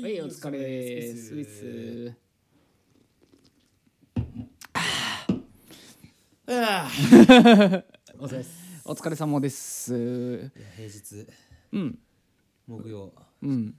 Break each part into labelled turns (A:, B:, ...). A: はい、お疲れです。
B: お疲れです
A: あー
B: お疲れです。
A: お疲れ様です。
B: いや平日
A: うん、
B: 木曜
A: うん、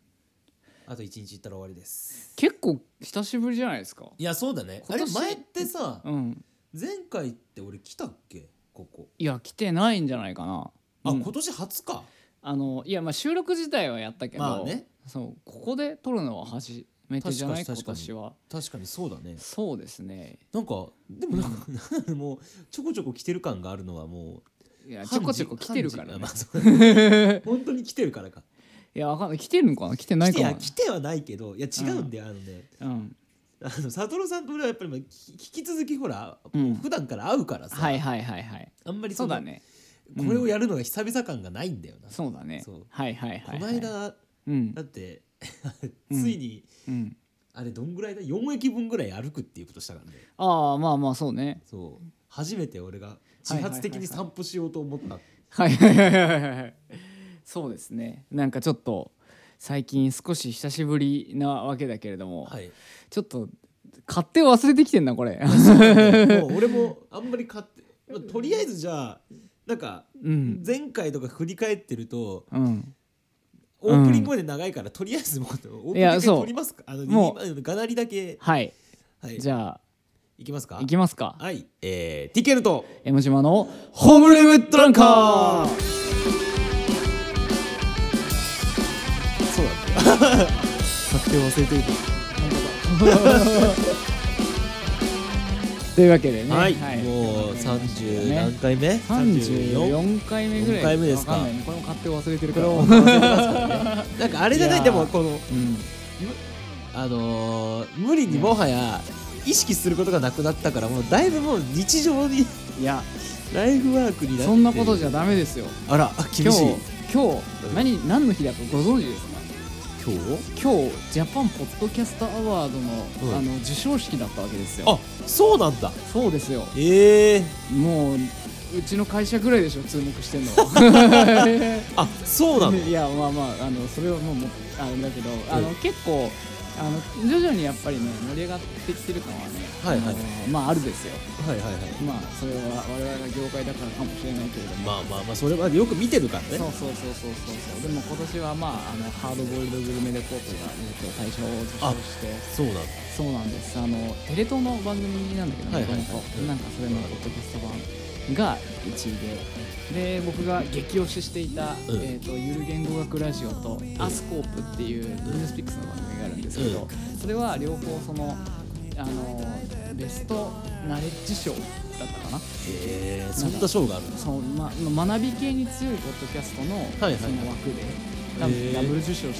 B: あと一日行ったら終わりです。
A: 結構久しぶりじゃないですか。
B: いやそうだね。あ
A: 今
B: れ
A: 年
B: 前ってさ、
A: うん、
B: 前回って俺来たっけここ？
A: いや、来てないんじゃないかな。
B: あ、
A: うん
B: 今年初か。
A: あの、いや、まあ、収録自体はやったけど。
B: まあね。
A: そう、ここで撮るのは初めてじゃない、今
B: 確かに確か
A: 年は。
B: 確かにそうだね。
A: そうですね。
B: なんかでもなんか、なんかもうちょこちょこ来てる感があるのはも
A: いうや、ちょこちょこ来てるから、ね
B: 半。時あまあそ う本当に来てるからか。
A: いや、わかんない、来てるのかな、来てない
B: 来
A: か
B: て
A: も
B: は。来てはないけどいや違うんだよ、あのね。
A: うん、
B: あの佐藤さんと俺はやっぱりまあき引き続きほら、
A: うん
B: 普段から会うからさ、
A: はい、はい、はい、はい。
B: あんまり
A: そ
B: の
A: うだね。
B: これをやるのが久々感がないんだよな、
A: そうだね
B: そう。
A: はい、はい、はい。
B: この間、。
A: うん
B: だ。って、
A: うん
B: ついに
A: うん。
B: あれどんぐらいだ4駅分ぐらい歩くっていうことしたからね
A: ああまあまあそうね
B: そう初めて俺が自発的に散歩しようと思った、
A: はいはいはいはいはいそうですねなんかちょっと最近少し久しぶりなわけだけれども、
B: はい
A: ちょっと買って忘れてきてんな これ
B: もう俺もあんまり買って、まあとりあえずじゃあなんか
A: うん
B: 前回とか振り返ってると
A: うん
B: オープニングまで長いから、とりあえずもうオープニング
A: いや
B: で
A: そう
B: 撮りますかあの
A: もう
B: 今のガナリだけ、
A: はい
B: はい、
A: じゃあ
B: いきますか
A: 行きますか
B: はいえー、TK と
A: 江ノ島のホームルームドランカー
B: そうだね
A: 確定忘れてるというわけでね
B: はい、もう30何回目、
A: 34回目ぐらい
B: 四回目ですか
A: わんないねこれも買って忘れてるから
B: これも忘れてますからねなんかあれじゃない
A: い
B: で
A: やー
B: もこの
A: うん
B: あのー無理にもはや意識することがなくなったからもうだいぶもう日常に
A: いや
B: ライフワークになって
A: そんなことじ
B: ゃ
A: ゃダメですよ
B: あら
A: 今
B: 厳し
A: 日
B: い
A: 今日何何の日だかご存知ですか
B: 今日
A: 今日ジャパンポッドキャストアワードの,、
B: うん
A: あの授賞式だったわけですよ
B: あそうなんだ
A: そうですよ
B: ええー、
A: もううちの会社ぐらいでしょ注目してん の は
B: あそう なの
A: いやまあまああのそれはもうもうあれだけどあの、
B: うん
A: 結構あの徐々にやっぱりね盛り上がってきてる感はね、
B: はいはい
A: あのまああるですよ
B: はいはいはい
A: まあそれは我々が業界だからかもしれないけれども
B: まあまあまあそれはよく見てるからね
A: そうそうそうそうそうそうでも今年はまああのハードボイルドグルメレポートが、えっと大賞を受賞し
B: そ
A: て
B: うなんだ
A: そうなんですあのテレ東の番組なんだけ
B: は
A: ど
B: いは
A: もと
B: いはい
A: もとなんかそれのポッドキャスト版が1位でで僕が激推ししていた、
B: うん
A: えっとゆる言語学ラジオと、アスコープっていうニュースピックスの番組があるんですけど、それは両方そのあのベストナレッジ賞だったかな
B: ええー、そんなショーがあるんです
A: そのま、ま学び系に強いポッドキャストの,、
B: はいはい
A: その枠で多分
B: へー
A: ダブル受賞してるのかな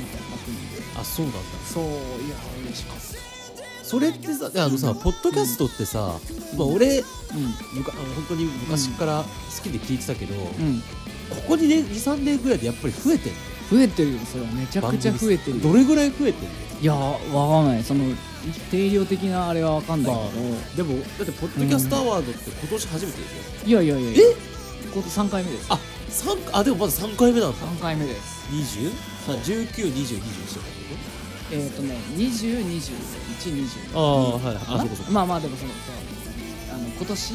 A: みたいな枠に
B: あそうなんだ
A: そういや嬉しかっ
B: それってさあのさポッドキャストってさ、まあ俺
A: たう
B: むかあの本当に昔から好きで聞いてたけど、
A: ん、うん、
B: ここにね23年ぐらいでやっぱり増えてる
A: 増えてるよそれはめちゃくちゃ増えてるよ
B: どれぐらい増えてる
A: いやわかんないその定量的なあれはわかんないけど、
B: でもだってポッドキャストアワードって今年初めてですよ、
A: いやいやいやいやえこ3回目です
B: あ三あでもまだ3回目なんだ
A: 3回目です
B: 20? さ192021とか
A: えっ、ー、とね202120
B: ああはいあそうかそうか
A: まあまあでもそのそうあの今年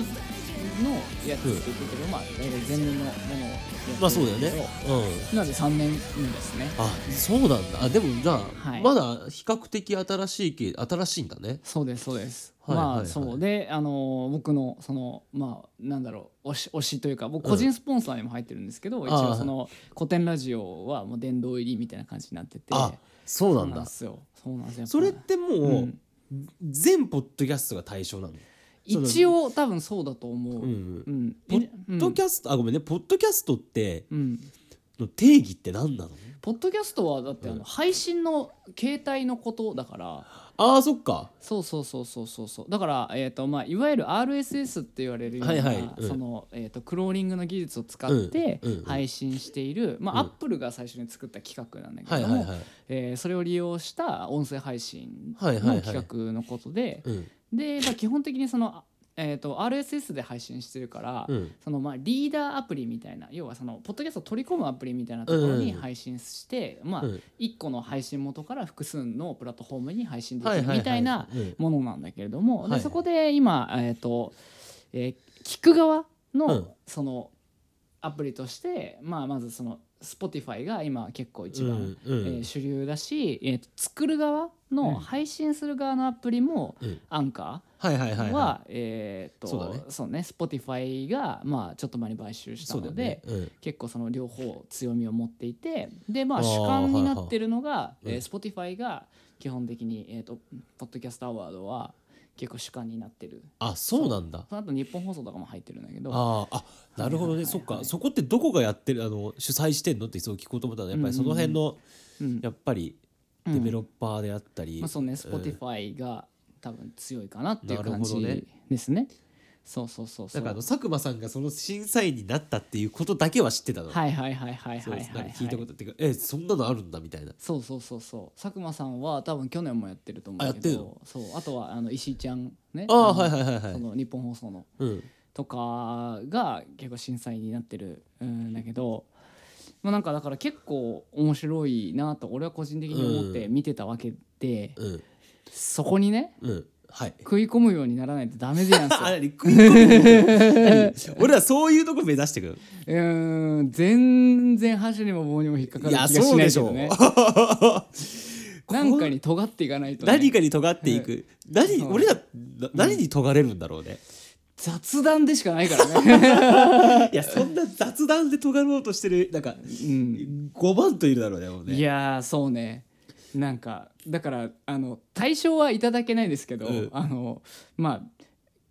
A: のやつって言ってるけど、まあ大体前年のものをやってる
B: まあそうだよねうん
A: なので3年目ですね
B: あそうなんだあでもじゃあ、
A: はい
B: まだ比較的新しい系新しいんだね
A: そうですそうです、
B: はいはい
A: ま
B: は
A: あ
B: い
A: そうであのー僕のそのまあなんだろう推し推しというか僕個人スポンサーにも入ってるんですけど、
B: ん
A: 一
B: あ
A: 応
B: あ
A: その古典ラジオはもう殿堂入りみたいな感じになってて
B: あそうな
A: そうんなん
B: だ
A: ですよそうなんですよ
B: それ
A: や
B: っ
A: ぱね
B: てもう、
A: うん
B: 全ポッドキャストが対象なの
A: 一応多分そうだと思う、
B: う
A: うん
B: んポ
A: ポ
B: ッドキャスト、あごめんねポッドキャストって
A: うん、
B: の定義って何なの
A: ポッドキャストはだってあ
B: うん
A: の配信の携帯のことだから
B: あーそっか
A: そうそうそうそうそうそうだから、えーとまあ、いわゆる RSS って言われるような、
B: はいはいうん
A: そのえー、とクローリングの技術を使って
B: うんうんうん
A: 配信している、まあ
B: うん
A: アップルが最初に作った企画なんだけ
B: はい
A: ど
B: はい
A: も
B: はい
A: えーそれを利用した音声配信
B: はいはいは
A: の
B: い
A: 企画のことで、
B: うん
A: で、まあ、基本的にそのあえー、と RSS で配信してるから、
B: うん
A: そのまあリーダーアプリみたいな要はそのポッドキャストを取り込むアプリみたいなところに
B: うん
A: 配信して、まあ
B: うん
A: 1個の配信元から複数のプラットフォームに配信で
B: は
A: き
B: い
A: る
B: はい
A: みたいな
B: うん
A: ものなんだけれども、
B: はい
A: でそこで今、えーとえー聞く側の、
B: うん
A: そのアプリとして、まあ、まずその Spotify が今結構一
B: う
A: 番、
B: んう
A: えー
B: ん
A: 主流だし、えーと作る側
B: うん
A: の配信する側のアプリも、
B: うん
A: アンカー
B: はいはいはい
A: はえーっと
B: そ
A: そう
B: だね
A: うね Spotify がまあちょっと前に買収した
B: そうだ
A: の
B: よ
A: で、
B: ねうん
A: 結構その両方強みを持っていてでま
B: あ
A: あ
B: ー
A: 主観になってるのが、
B: いはい
A: えー Spotify が基本的にえーっとポッドキャストアワードは結構主観になってる
B: あそうなんだ
A: その後日本放送とかも入ってるんだけど
B: あーあなるほど
A: は
B: ね
A: いはいはい
B: そっかそこってどこがやってるあの主催してんのってそう聞こうと思ったらやっぱり
A: うん
B: その辺の
A: うん
B: やっぱりデベロッパーであったり
A: まあ、そうね
B: うん
A: Spotify が多分強いかなっていう
B: なるほ
A: 感
B: ど
A: じ
B: ね
A: ですね。そうそうそうそ
B: だ
A: う
B: からあの佐久間さんがその審査員になったっていうことだけは知ってたの。
A: はいはいはいはい
B: そ
A: は
B: う
A: い
B: なんか
A: はい、はい、
B: 聞いたことっていうか、えそんなのあるんだみたいな。
A: そうそうそうそう佐久間さんは多分去年もやってると思う
B: あや
A: け
B: ってん
A: ど
B: の
A: そうあとはあの石井ちゃんね
B: ああ
A: の
B: はいはいはいは
A: そ
B: い。
A: の日本放送の
B: うん。
A: とかが結構審査員になってるんだけど、まあ、なんかだから結構面白いなと俺は個人的に思って見てたわけで、
B: うん。
A: そこにね
B: うん。はい。
A: 食い込むようにならないとダメでやんすよ
B: あ何食い込む 何俺はそういうとこ目指してくる。
A: うーん全然箸にも棒にも引っかかる気がしないけどね
B: いやそう でしょ
A: なんかに尖っていかないと、ね、
B: 何かに尖っていく。何
A: そう
B: 俺らな何に尖れるんだろうね。
A: 雑談でしかないから ね、
B: いやそんな雑談で尖ろうとしてるなんか
A: うん、
B: 5番といるだろうねもうね。
A: いやーそうねなんかだからあの対象はいただけないですけど、
B: うん
A: あのまあ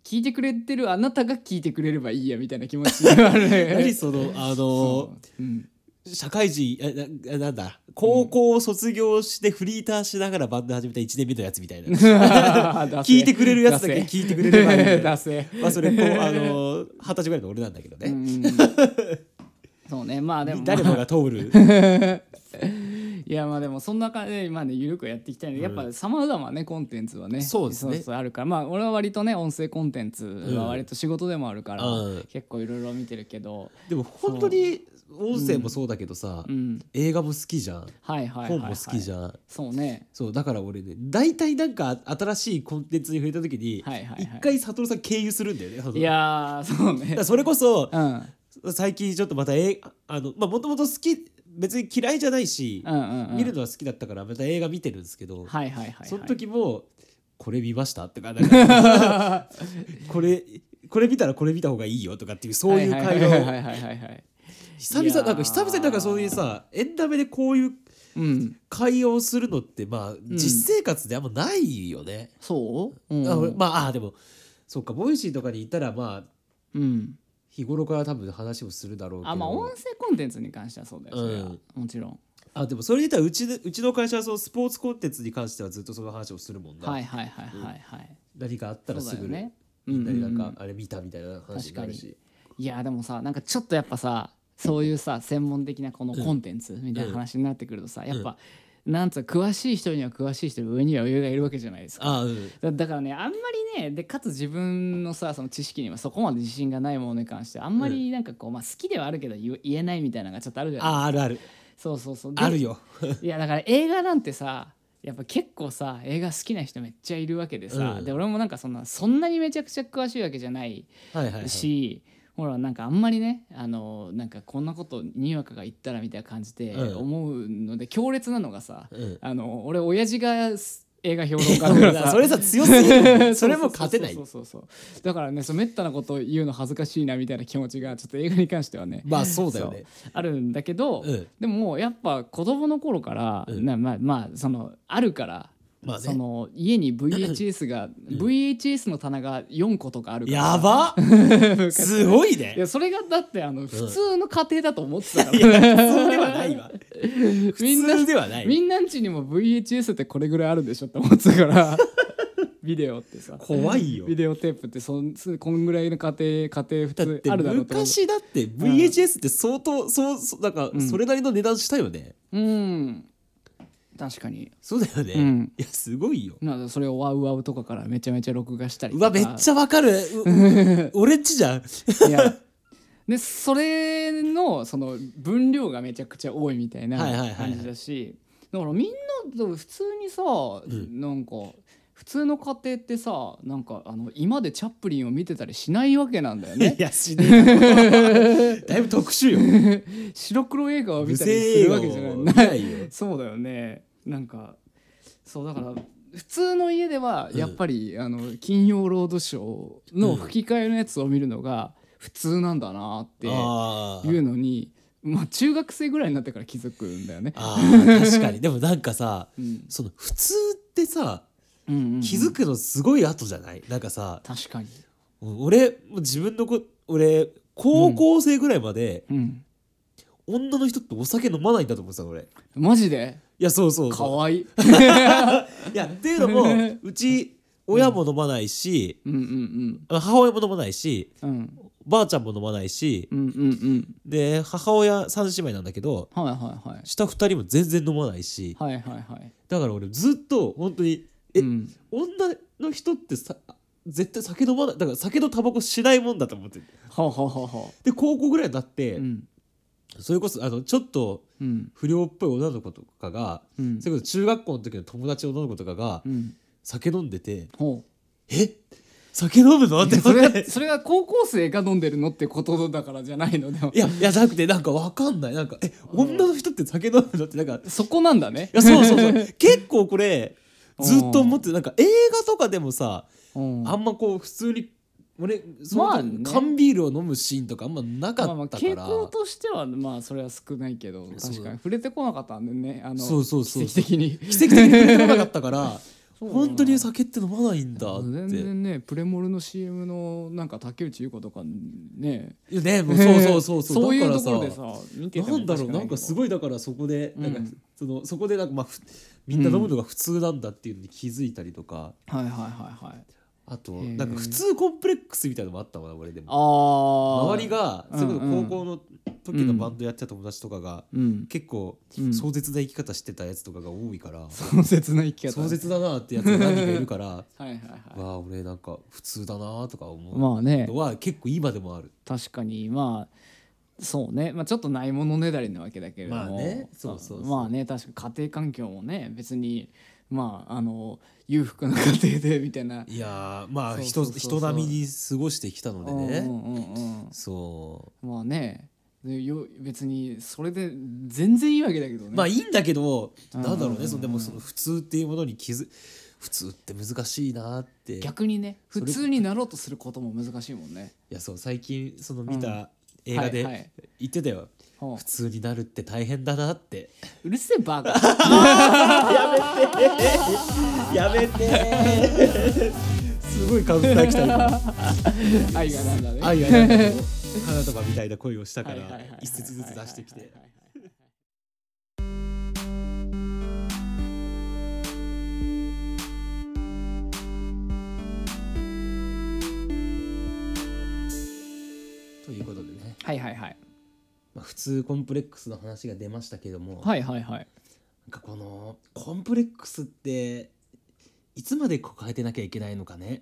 A: 聞いてくれてるあなたが聞いてくれればいいやみたいな気持ちになる
B: 何そのあのー
A: そううん
B: 社会人えななんだ高校を卒業してフリーターしながらバンド始めた1年目のやつみ たいな聞
A: 聞
B: いてくれるやつだけ聞いてくれればいいみ たいな
A: だせ
B: まあ それこうあの二十歳ぐらいの俺なんだけどね、
A: そうねまあでも
B: 誰もが通る
A: いやまあでもそんな感じで今ね緩くやっていきたいので、
B: うん
A: やっぱさまざまねコンテンツはね
B: そうですね
A: あるからまあ俺は割とね音声コンテンツは割と仕事でもあるから、
B: うん
A: 結構いろいろ見てるけど、
B: でも本当に音声もそうだけどさ、
A: うん、
B: 映画も好きじゃん、
A: はいはいはい、は
B: 本
A: い、
B: も好きじゃん
A: そうね
B: そうだから俺ね大体なんか新しいコンテンツに触れた時に一、
A: はいはいはい
B: 回悟さん経由するんだよねその
A: いやーそう ね
B: だからそれこそ
A: うんうん
B: 最近ちょっとまたえあのまあもともと好き別に嫌いじゃないし、
A: うんうん
B: 見るのは好きだったからまた映画見てるんですけど、
A: はいはいはいはい
B: その時も「これ見ました?」とかなん かこれこれ見たらこれ見た方がいいよ」とかっていうそういう会
A: はいはい
B: 話
A: は
B: を
A: いはいはいはい
B: 久
A: いや
B: 々
A: ー
B: なんか久々になんかそういうさエンタメでこういう
A: うん
B: 会話をするのってまあ実生活であんまないよね。
A: そううん
B: あ俺まああでもそっかボイシーとかにいたらまあ
A: うん
B: 日頃から多分話をするだろうけど
A: あまあ音声コンテンツに関してはそうだよそれは、
B: うん
A: もちろん
B: あでもそれで言ったらうちのうちの会社はそのスポーツコンテンツに関してはずっとその話をするもんな、
A: はいはいはいはいはい、
B: 何かあったら
A: そ
B: す
A: う
B: ぐ
A: だよね
B: みんなになん
A: うんう
B: か
A: ん
B: あれ見たみたいな話になるし、
A: いやでもさなんかちょっとやっぱさそういうさ専門的なこのコンテンツみたいな話になってくるとさ、やっぱ、なんつうか詳しい人には詳しい人の上には上がいるわけじゃないですか
B: ああうん
A: だだからねあんまりねでかつ自分のさその知識にはそこまで自信がないものに関してあんまりなんかこう、まあ、好きではあるけど言言えないみたいなのがちょっとあるじゃない
B: ああるある
A: そうそうそうで
B: あるよ
A: いやだから映画なんてさやっぱ結構さ映画好きな人めっちゃいるわけでさ、
B: うん
A: で俺もなんかそんなそんなにめちゃくちゃ詳しいわけじゃない
B: はいはい、はい、
A: し、ほらなんかあんまりねあのなんかこんなことにわかが言ったらみたいな感じで
B: うん
A: 思うので、強烈なのがさ、
B: うん
A: あの俺親父がす映画評論家だから さ
B: それさ強す ぎるそれも
A: ううう
B: 勝てない
A: そうそうそうだからねそうめったなこと言うの恥ずかしいなみたいな気持ちがちょっと映画に関してはね
B: まあそうだよね
A: そうあるんだけど、
B: うん
A: でももうやっぱ子供の頃から、
B: うん
A: なまあまあそのあるから、
B: まあね
A: その家に VHS が、VHS の棚が4個とかあるから
B: や ばすごいね
A: いやそれがだってあの普通の家庭だと思ってたから、
B: いやそうではないわ
A: みんな
B: 普通ではない
A: みんなんちにも VHS ってこれぐらいあるでしょって思ってたから ビデオってさ
B: 怖いよ
A: ビデオテープってそんすこんぐらいの家庭家庭普
B: だっ
A: 通
B: て
A: あるだろうと思う
B: 昔だって VHS って相当そうそうなんか
A: うん
B: それなりの値段したよね、
A: うん確かに
B: そうだよね、
A: うん
B: いやすごいよ
A: なんかそれをワウワウとかからめちゃめちゃ録画したり
B: う
A: と
B: わ
A: か
B: めっちゃわかる う俺っちじゃん
A: いやでそれのその分量がめちゃくちゃ多いみたいな
B: はいはいはいはい
A: 感じだしだからみんなと普通にさ、
B: ん
A: なんか普通の家庭ってさなんかあの今でチャップリンを見てたりしないわけなんだよ ね
B: いやし ねえだいぶ特殊よ
A: 白黒映画を見
B: 無
A: た
B: 声
A: りす
B: 映
A: る
B: 画
A: わ
B: を
A: けじゃない
B: 見ないよ
A: そうだよねなんかそうだから普通の家ではやっぱり、あの金曜ロードショーの吹き替えのやつを見るのが普通なんだなってい
B: あ
A: う
B: ー
A: のに、まあ、中学生ぐらいになってから気づくんだよね。
B: あー確かにでもなんかさ
A: うん
B: その普通ってさ
A: うんうんうん
B: 気づくのすごい後じゃない、なんかさ
A: 確かに、
B: うん俺もう自分のこ俺高校生ぐらいまで、
A: うん、
B: 女の人ってお酒飲まないんだと思ってたの俺い
A: マジで
B: やそうそう
A: か
B: そう
A: わいい
B: いやっていうのも うち親も飲まないし、
A: うんうん
B: 母親も飲まないし
A: うんうん
B: ばあちゃんも飲まないし
A: うんうんうん
B: で母親三姉妹なんだけど
A: はいはいはい
B: 下二人も全然飲まないし
A: はいはいはい
B: だから俺ずっと本当にえ、
A: うん、
B: 女の人ってさ絶対酒飲まないだから酒とタバコしないもんだと思って
A: はあ、はあはあはあ
B: で高校ぐらいになって、
A: うん
B: それこそあのちょっと
A: うん
B: 不良っぽい女の子とかが、
A: うん
B: それこそ中学校の時の友達の女の子とかが
A: うん
B: 酒飲んでて
A: ほう
B: 「え酒飲むの?」って
A: そ
B: 思
A: れ
B: っ
A: が
B: て
A: それが高校生が飲んでるのってことだからじゃないのでも
B: いやいやなくてなんかわかんないなんか「え女の人って酒飲むの?」ってなんかい
A: そこなんだね
B: やそうそうそう 結構これずっと思
A: っ
B: ってなんか映画とかでもさあ
A: あ
B: んまこう普通に俺そ
A: ま
B: の
A: あね
B: 缶ビールを飲むシーンとかあんまなか
A: まあまあ
B: ったか
A: 傾
B: ら
A: 向としてはまあそれは少ないけど
B: そう
A: 確かに触れてこなかったんでねあの
B: そうそうそう
A: 奇跡的 に
B: 奇跡的に触れてこなかったから
A: そうなんだ
B: 本当に酒って飲まないんだっ
A: 全
B: て。
A: 然ねプレモルの CM のなんか竹内優子とかね
B: いやねもうそうそうそうそう
A: そういう
B: だ
A: と
B: か
A: ころで
B: ら
A: さ
B: さ
A: 見てて
B: な
A: も
B: んだろうなんかすご
A: い
B: いだからそこでなんか
A: うん
B: そのそこでなんかまあふみんな飲むのが普通なんだっていうのに気づいたりとか
A: はいはいはいはい
B: あと
A: へー
B: なんか普通コンプレックスみたいなのもあったわ俺で
A: あ
B: も
A: あ
B: 周りが
A: うん
B: それこそ高校の時のバンドやってた友達とかが
A: うん
B: 結構
A: うん
B: 壮絶な生き方してたやつとかが多いから
A: 壮絶な生き方
B: 壮絶だなってやつが何人かいるからわ
A: はいはいはい
B: あ俺なんか普通だなとか思
A: まあね
B: うのは結構今でもある。
A: 確かにまあそうね、まあ、ちょっとないものねだりなわけだけれども
B: まあねそうそうそう
A: まあね確か家庭環境もね別にまああの裕福な家庭でみたいない
B: やーまあ
A: そう
B: 人
A: そうそうそう
B: 人並みに過ごしてきたのでね、
A: うんうんうん
B: そ
A: うん、まあねでよ別にそれで全然いいわけだけどね
B: うまあいいんだけど、
A: うん
B: なんだろう
A: うん
B: ねそのでもその普通っていうものに気づ普通って難しいなってい
A: 逆にね
B: そ
A: 普
B: れ
A: 通になろうとすることも難しいもんね
B: やそう最近その見た映画
A: はいは
B: で
A: い
B: 言ってたよ、
A: ほう
B: 普通になるって大変だな って
A: うるせえバカ
B: やめて すごいカウンター来た 今
A: 愛がなんだ ね
B: 愛がなんかこう花束みたいな恋をしたか
A: はいはい
B: ら
A: はいはい
B: 一節ずつ出してきてということでね、
A: はいはいはい
B: まあ、普通コンプレックスの話が出ましたけども、
A: はいはいはい
B: なんかこのコンプレックスっていつまで抱えてなきゃいけないのかね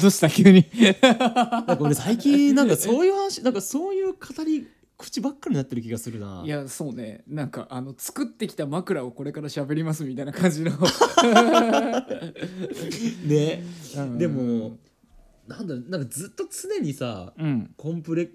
A: どうした急に
B: なんか俺最近なんかそういう話なんかそういう語り口ばっかりになってる気がするない
A: やそうねなんかあの作ってきた枕をこれから喋りますみたいな感じの
B: ね
A: うん
B: でもなんだろうなんかずっと常にさ
A: うん
B: コンプレ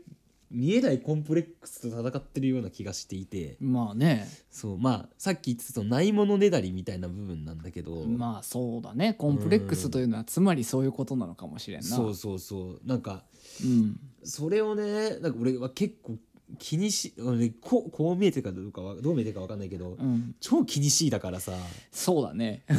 B: 見えないコンプレックスと戦ってるような気がしていて
A: まあね
B: そうまあさっき言ってたそのないものねだりみたいな部分なんだけど、
A: まあそうだねコンプレックスというのはつまりそういうことなのかもしれんな
B: そうそうそうなんか
A: うん
B: それをねなんか俺は結構気にし俺こうこう見えてるかどうかはどう見えてるかわかんないけど、
A: うん、
B: 超気にしいだからさ
A: そうだね
B: す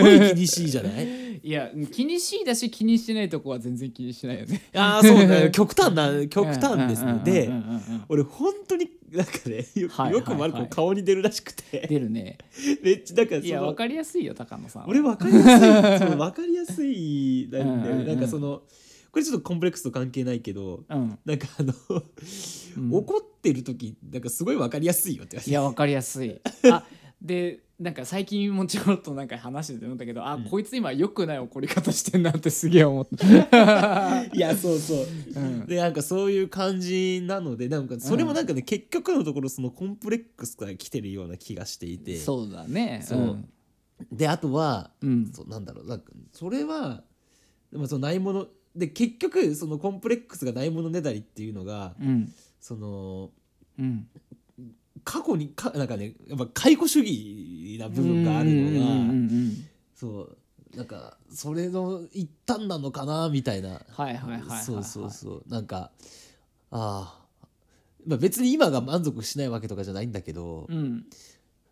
B: ごい気にしいじゃない
A: いや気にしいだし気にしてないとこは全然気にしてないよね
B: ああそうね極端な極端ですねで
A: うんうんうんうんうん
B: 俺本当になんかねよ
A: はい
B: よく丸
A: はいは
B: 子
A: い
B: 顔に出るらしくて
A: 出るね
B: めっちゃなんかそ
A: いや
B: の
A: わかりやすいよ高野さんは
B: 俺分かりやすいそう分かりやすいなんだよ
A: うん
B: ね
A: うんうん
B: なんかそのこれちょっとコンプレックスと関係ないけど
A: うん、
B: なんかあの
A: う ん
B: 怒ってる時なんかすごい分かりやすいよって言われて
A: いやわかりやすいあでなんか最近もちょろっとなんか話してて思ったけどあ、
B: うん
A: こいつ今良くない怒り方してんなってすげえ思った、
B: いやそうそう、
A: うん
B: でなんかそういう感じなのでなんかそれもなんかね、結局のところそのコンプレックスから来てるような気がしていて
A: そうだね
B: そうであとは、
A: うん
B: そうなんだろうなんかそれはでもそのないもので結局そのコンプレックスがないものねだりっていうのが、
A: うん
B: その
A: うん
B: 過去にかなんかねやっぱ解雇主義な部分があるのが、
A: うんうんうんうん
B: そうなんかそれの一端なのかなみたいな。
A: はいはいはいはいはい
B: そうそうそうなんかああまあ別に今が満足しないわけとかじゃないんだけど、
A: うん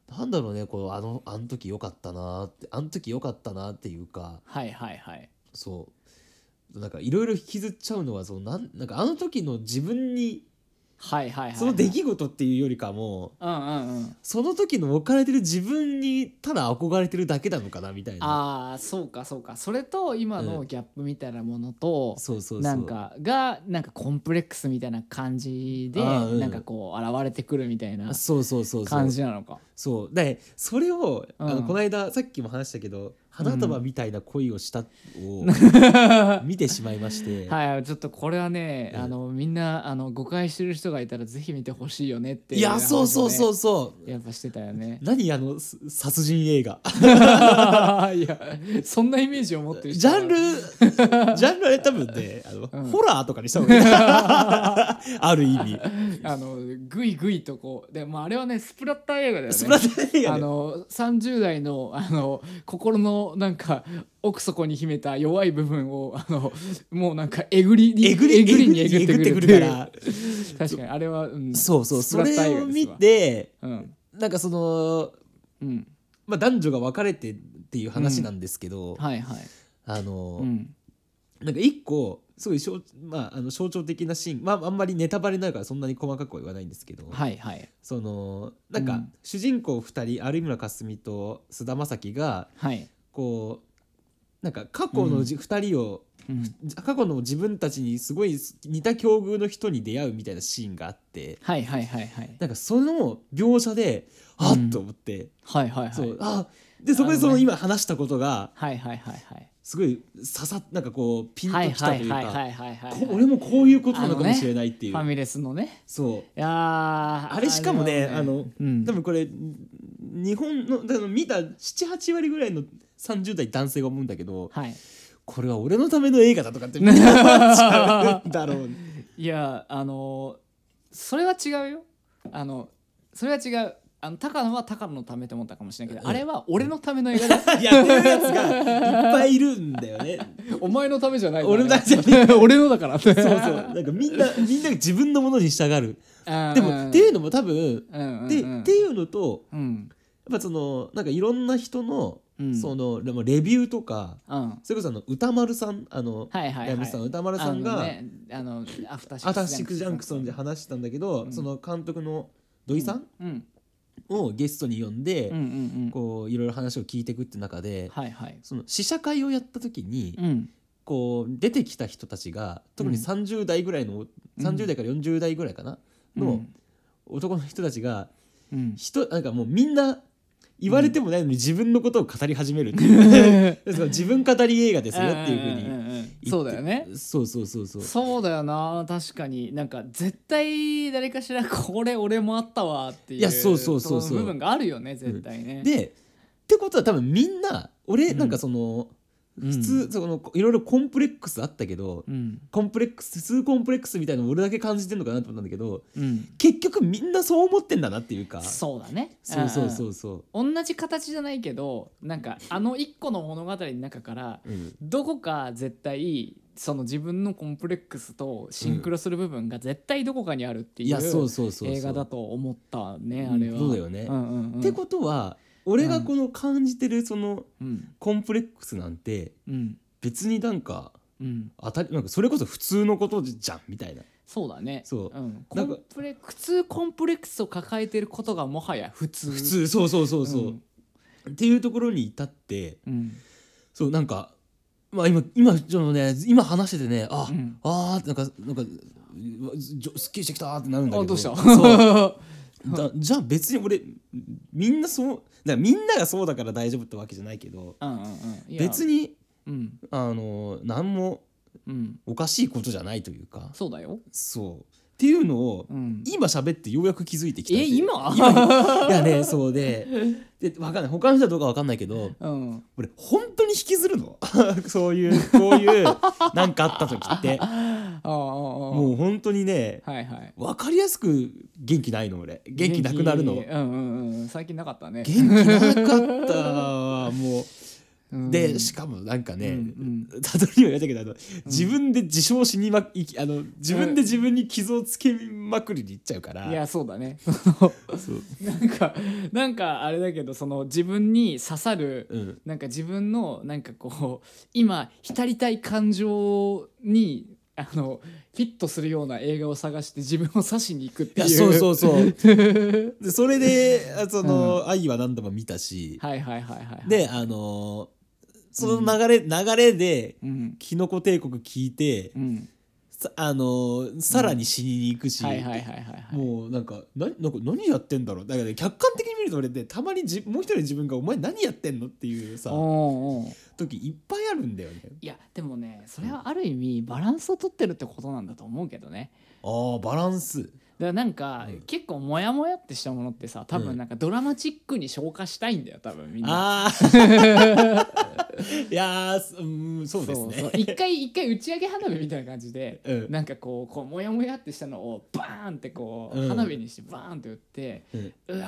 B: なんだろうねこうあのあの時良かったなーってあの時良かったなーっていうか
A: はいはいはい
B: そうなんかいろいろ引きずっちゃうのはそのなんなんかあの時の自分に
A: はいはいはいはい
B: その出来事っていうよりかも
A: うんうんうん
B: その時の置かれてる自分にただ憧れてるだけなのかなみたいな
A: あーそうかそうかそれと今のギャップみたいなものと、
B: そうそうそう
A: なんかがなんかコンプレックスみたいな感じで、
B: あーうん
A: なんかこう現れてくるみたいな
B: そうそうそうそう
A: 感じなのか
B: そうでそれを、あ
A: うん
B: のこの間さっきも話したけど花束みたいな恋をしたを見てしまいまして、
A: はい、ちょっとこれはね、
B: うん
A: あのみんなあの誤解してる人がいたらぜひ見てほしいよねって
B: い、やそうそうそううそう、
A: やっぱしてたよ ね
B: 何あのす殺人映画
A: いやそんなイメージを持ってる
B: ジ
A: 人
B: ャン ルジャンルあれ多分ねあの、
A: うん
B: ホラーとかにした方がいい ある意味
A: あのグイグイとこうでもあれはねスプラッター映画だよね
B: スプラッター映画
A: あ
B: ね
A: の30代のあの心のなんか奥底に秘めた弱い部分をあのもうなんかえぐりに
B: えぐり
A: えぐりにえぐってくるってい
B: えぐってくる
A: う
B: か
A: 確かにあれは、うん、
B: そうそう
A: ス
B: そ
A: プラッター映
B: れ
A: 画
B: を
A: です
B: 見
A: わ
B: て
A: うん
B: なんかその、
A: うん、
B: まあ、男女が別れてっていう話なんですけど、
A: はいはい、
B: あの、
A: うん、
B: なんか一個すごい象,、まあ、あの象徴的なシーン、まあ、あんまりネタバレになるからそんなに細かくは言わないんですけど、
A: はいはい
B: そのなんか、
A: うん
B: 主人公2人有村架純と菅田将暉が
A: はい、
B: こうなんか過去のじ、2人を
A: うん、
B: 過去の自分たちにすごい似た境遇の人に出会うみたいなシーンがあって
A: はいはいはいはい
B: なんかその描写であ
A: うん
B: っと思って、
A: はいはいはい
B: そうあでそこでそ
A: あの
B: の
A: ね
B: 今話したことが
A: はいはいはいはい
B: すごい刺さっなんかこうピンと
A: はい
B: きた
A: は
B: と
A: い
B: いう
A: はいは
B: か
A: いはいはい
B: こ俺もこういうことなのかもしれないっていう
A: ファ。ミレスのね
B: そう
A: いやーあ
B: あれしかもね
A: は
B: あの
A: うん、
B: 多分これん日本の多分見た78割ぐらいの30代男性が思うんだけど
A: はい
B: これは俺のための映画だとか ってみんな思っちゃうんだろう
A: いやあのそれは違うよあのそれは違うあの高野は高野のためと思ったかもしれないけど、
B: うん
A: あれは俺のための映画だ
B: やってるやつがいっぱいいるんだよね
A: お前のためじゃない
B: 俺のためじゃ
A: ない 俺のだからそう
B: そうそうなんかみんなみんな自分のものに従うでもっていうのも多分
A: うんうんうん
B: でっていうのと
A: うん
B: やっぱそのなんかいろんな人の
A: うん
B: そのでもレビューとか
A: うん
B: それこそあの歌丸さんあの
A: はいはい
B: ラ
A: は
B: ム
A: い
B: さん歌丸さん
A: あの
B: が
A: ねあのアフター
B: アタッシック・ジャンクソンで
A: ゃ
B: 話したんだけど、
A: うん
B: その監督の土井さん
A: うん
B: をゲストに呼んで、
A: うんうんうん
B: こういろいろ話を聞いていくって中で、
A: はいはい
B: その試写会をやった時に、
A: うん
B: こう出てきた人たちが特に
A: うん
B: 30代ぐらいの、
A: ん
B: 30代から40代ぐらいかな、
A: う
B: の
A: ん
B: 男の人たちが
A: うん
B: 人なんかもうみんな言われてもないのに自分のことを語り始めるっていう その自分語り映画ですよっていうふうに
A: ん
B: 言って
A: んんんそうだよね
B: そうそうそうそう
A: そうだよな確かになんか絶対誰かしらこれ俺もあったわっていうい
B: いやそうそうそうそう
A: 部分があるよね絶対ね、
B: でってことは多分みんな俺
A: うん
B: なんかその、
A: うん
B: 普通そのいろいろコンプレックスあったけど、
A: うん
B: コンプレックス普通コンプレックスみたいなの俺だけ感じてんのかなと思ったんだけど
A: うん
B: 結局みんなそう思ってんだなっていうかそう
A: そうだね
B: そうそうそ
A: ん
B: うそ
A: うん同じ形じゃないけどなんかあの一個の物語の中から
B: う、うん、
A: どこか絶対その自分のコンプレックスとシンクロする部分が絶対どこかにあるって
B: い
A: い
B: やそう
A: う
B: そうそうそう
A: 映画だと思ったねあ
B: うん
A: れは
B: そうだよね
A: んうんうん
B: ってことは俺がこの感じてるその
A: うん
B: コンプレックスなんて
A: うん
B: 別になんか
A: うん
B: 当たりなんかそれこそ普通のことじゃんみたいな
A: そうだね、
B: そうん
A: コ
B: なんか
A: ンプレ普通コンプレックスを抱えてることがもはや普通
B: 普通そうそうそうそう、
A: うん
B: っていうところに至って
A: うん
B: そうなんかまあ今今ちょっとね今話しててねあ、
A: うん
B: あーってなんかなんかうわじょすっきりしてきたーってなるんだけど
A: あどうした
B: そう
A: う
B: だじゃあ別に俺みんなそうだからみんながそうだから大丈夫ってわけじゃないけど
A: うんうんうん
B: 別
A: に
B: に
A: うん
B: あの何も
A: うん
B: おかしいことじゃないというか
A: そうだよ
B: そうっていうのを、
A: うん
B: 今喋ってようやく気づいてきた
A: え今
B: いやねそうででわかんない他の人はどうかわかんないけど
A: うん
B: 俺本当に引きずるの そういうこういうなんかあった時って
A: ああああも
B: もう本当にね
A: はいはい
B: わかりやすく元気ないの俺元気なくなるの
A: 元気うんうんうん最近なかったね
B: 元気なかったわも
A: うん
B: うでしかもなんかね、
A: うんうん
B: たどりも言ったけどあの、自分で自称しにまいきあの自分で自分に傷をつけまくりにいっちゃうから、
A: いやそうだね そ
B: そう
A: のなんかなんかあれだけどその自分に刺さる
B: うん
A: なんか自分のなんかこう今浸りたい感情にあのフィットするような映画を探して自分を刺しに行くって
B: い
A: い
B: や
A: う
B: そうそううそうでそれであその、愛は何度も見たし、
A: はいはいはいはい
B: であのその流れ、流れで
A: うん
B: キノコ帝国聞いて、
A: うん
B: さあのさらに死にに行くし、
A: はいはいはいはいはい
B: もうなんかななんか何やってんだろうだから、ね、客観的に見ると俺ねたまにじもう一人の自分が「お前何やってんの?」っていうさ
A: おうおう
B: 時いっぱいあるんだよね。
A: いやでもねそれはある意味バランスを取ってるってことなんだと思うけどね
B: あーバランス
A: だからなんか、
B: うん
A: 結構モヤモヤってしたものってさ多
B: う
A: 分
B: ん
A: なんかドラマチックに消化したいんだよ多分みんな。
B: ああ いやーすうんそうですね
A: そうそう一回一回打ち上げ花火みたいな感じで
B: うん
A: なんかこうこうモヤモヤってしたのをバーンってこう、
B: うん
A: 花火にしてバーンって打って
B: うん
A: うわ